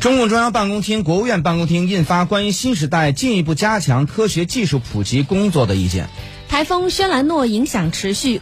中共中央办公厅、国务院办公厅印发《关于新时代进一步加强科学技术普及工作的意见》。台风轩兰诺影响持续，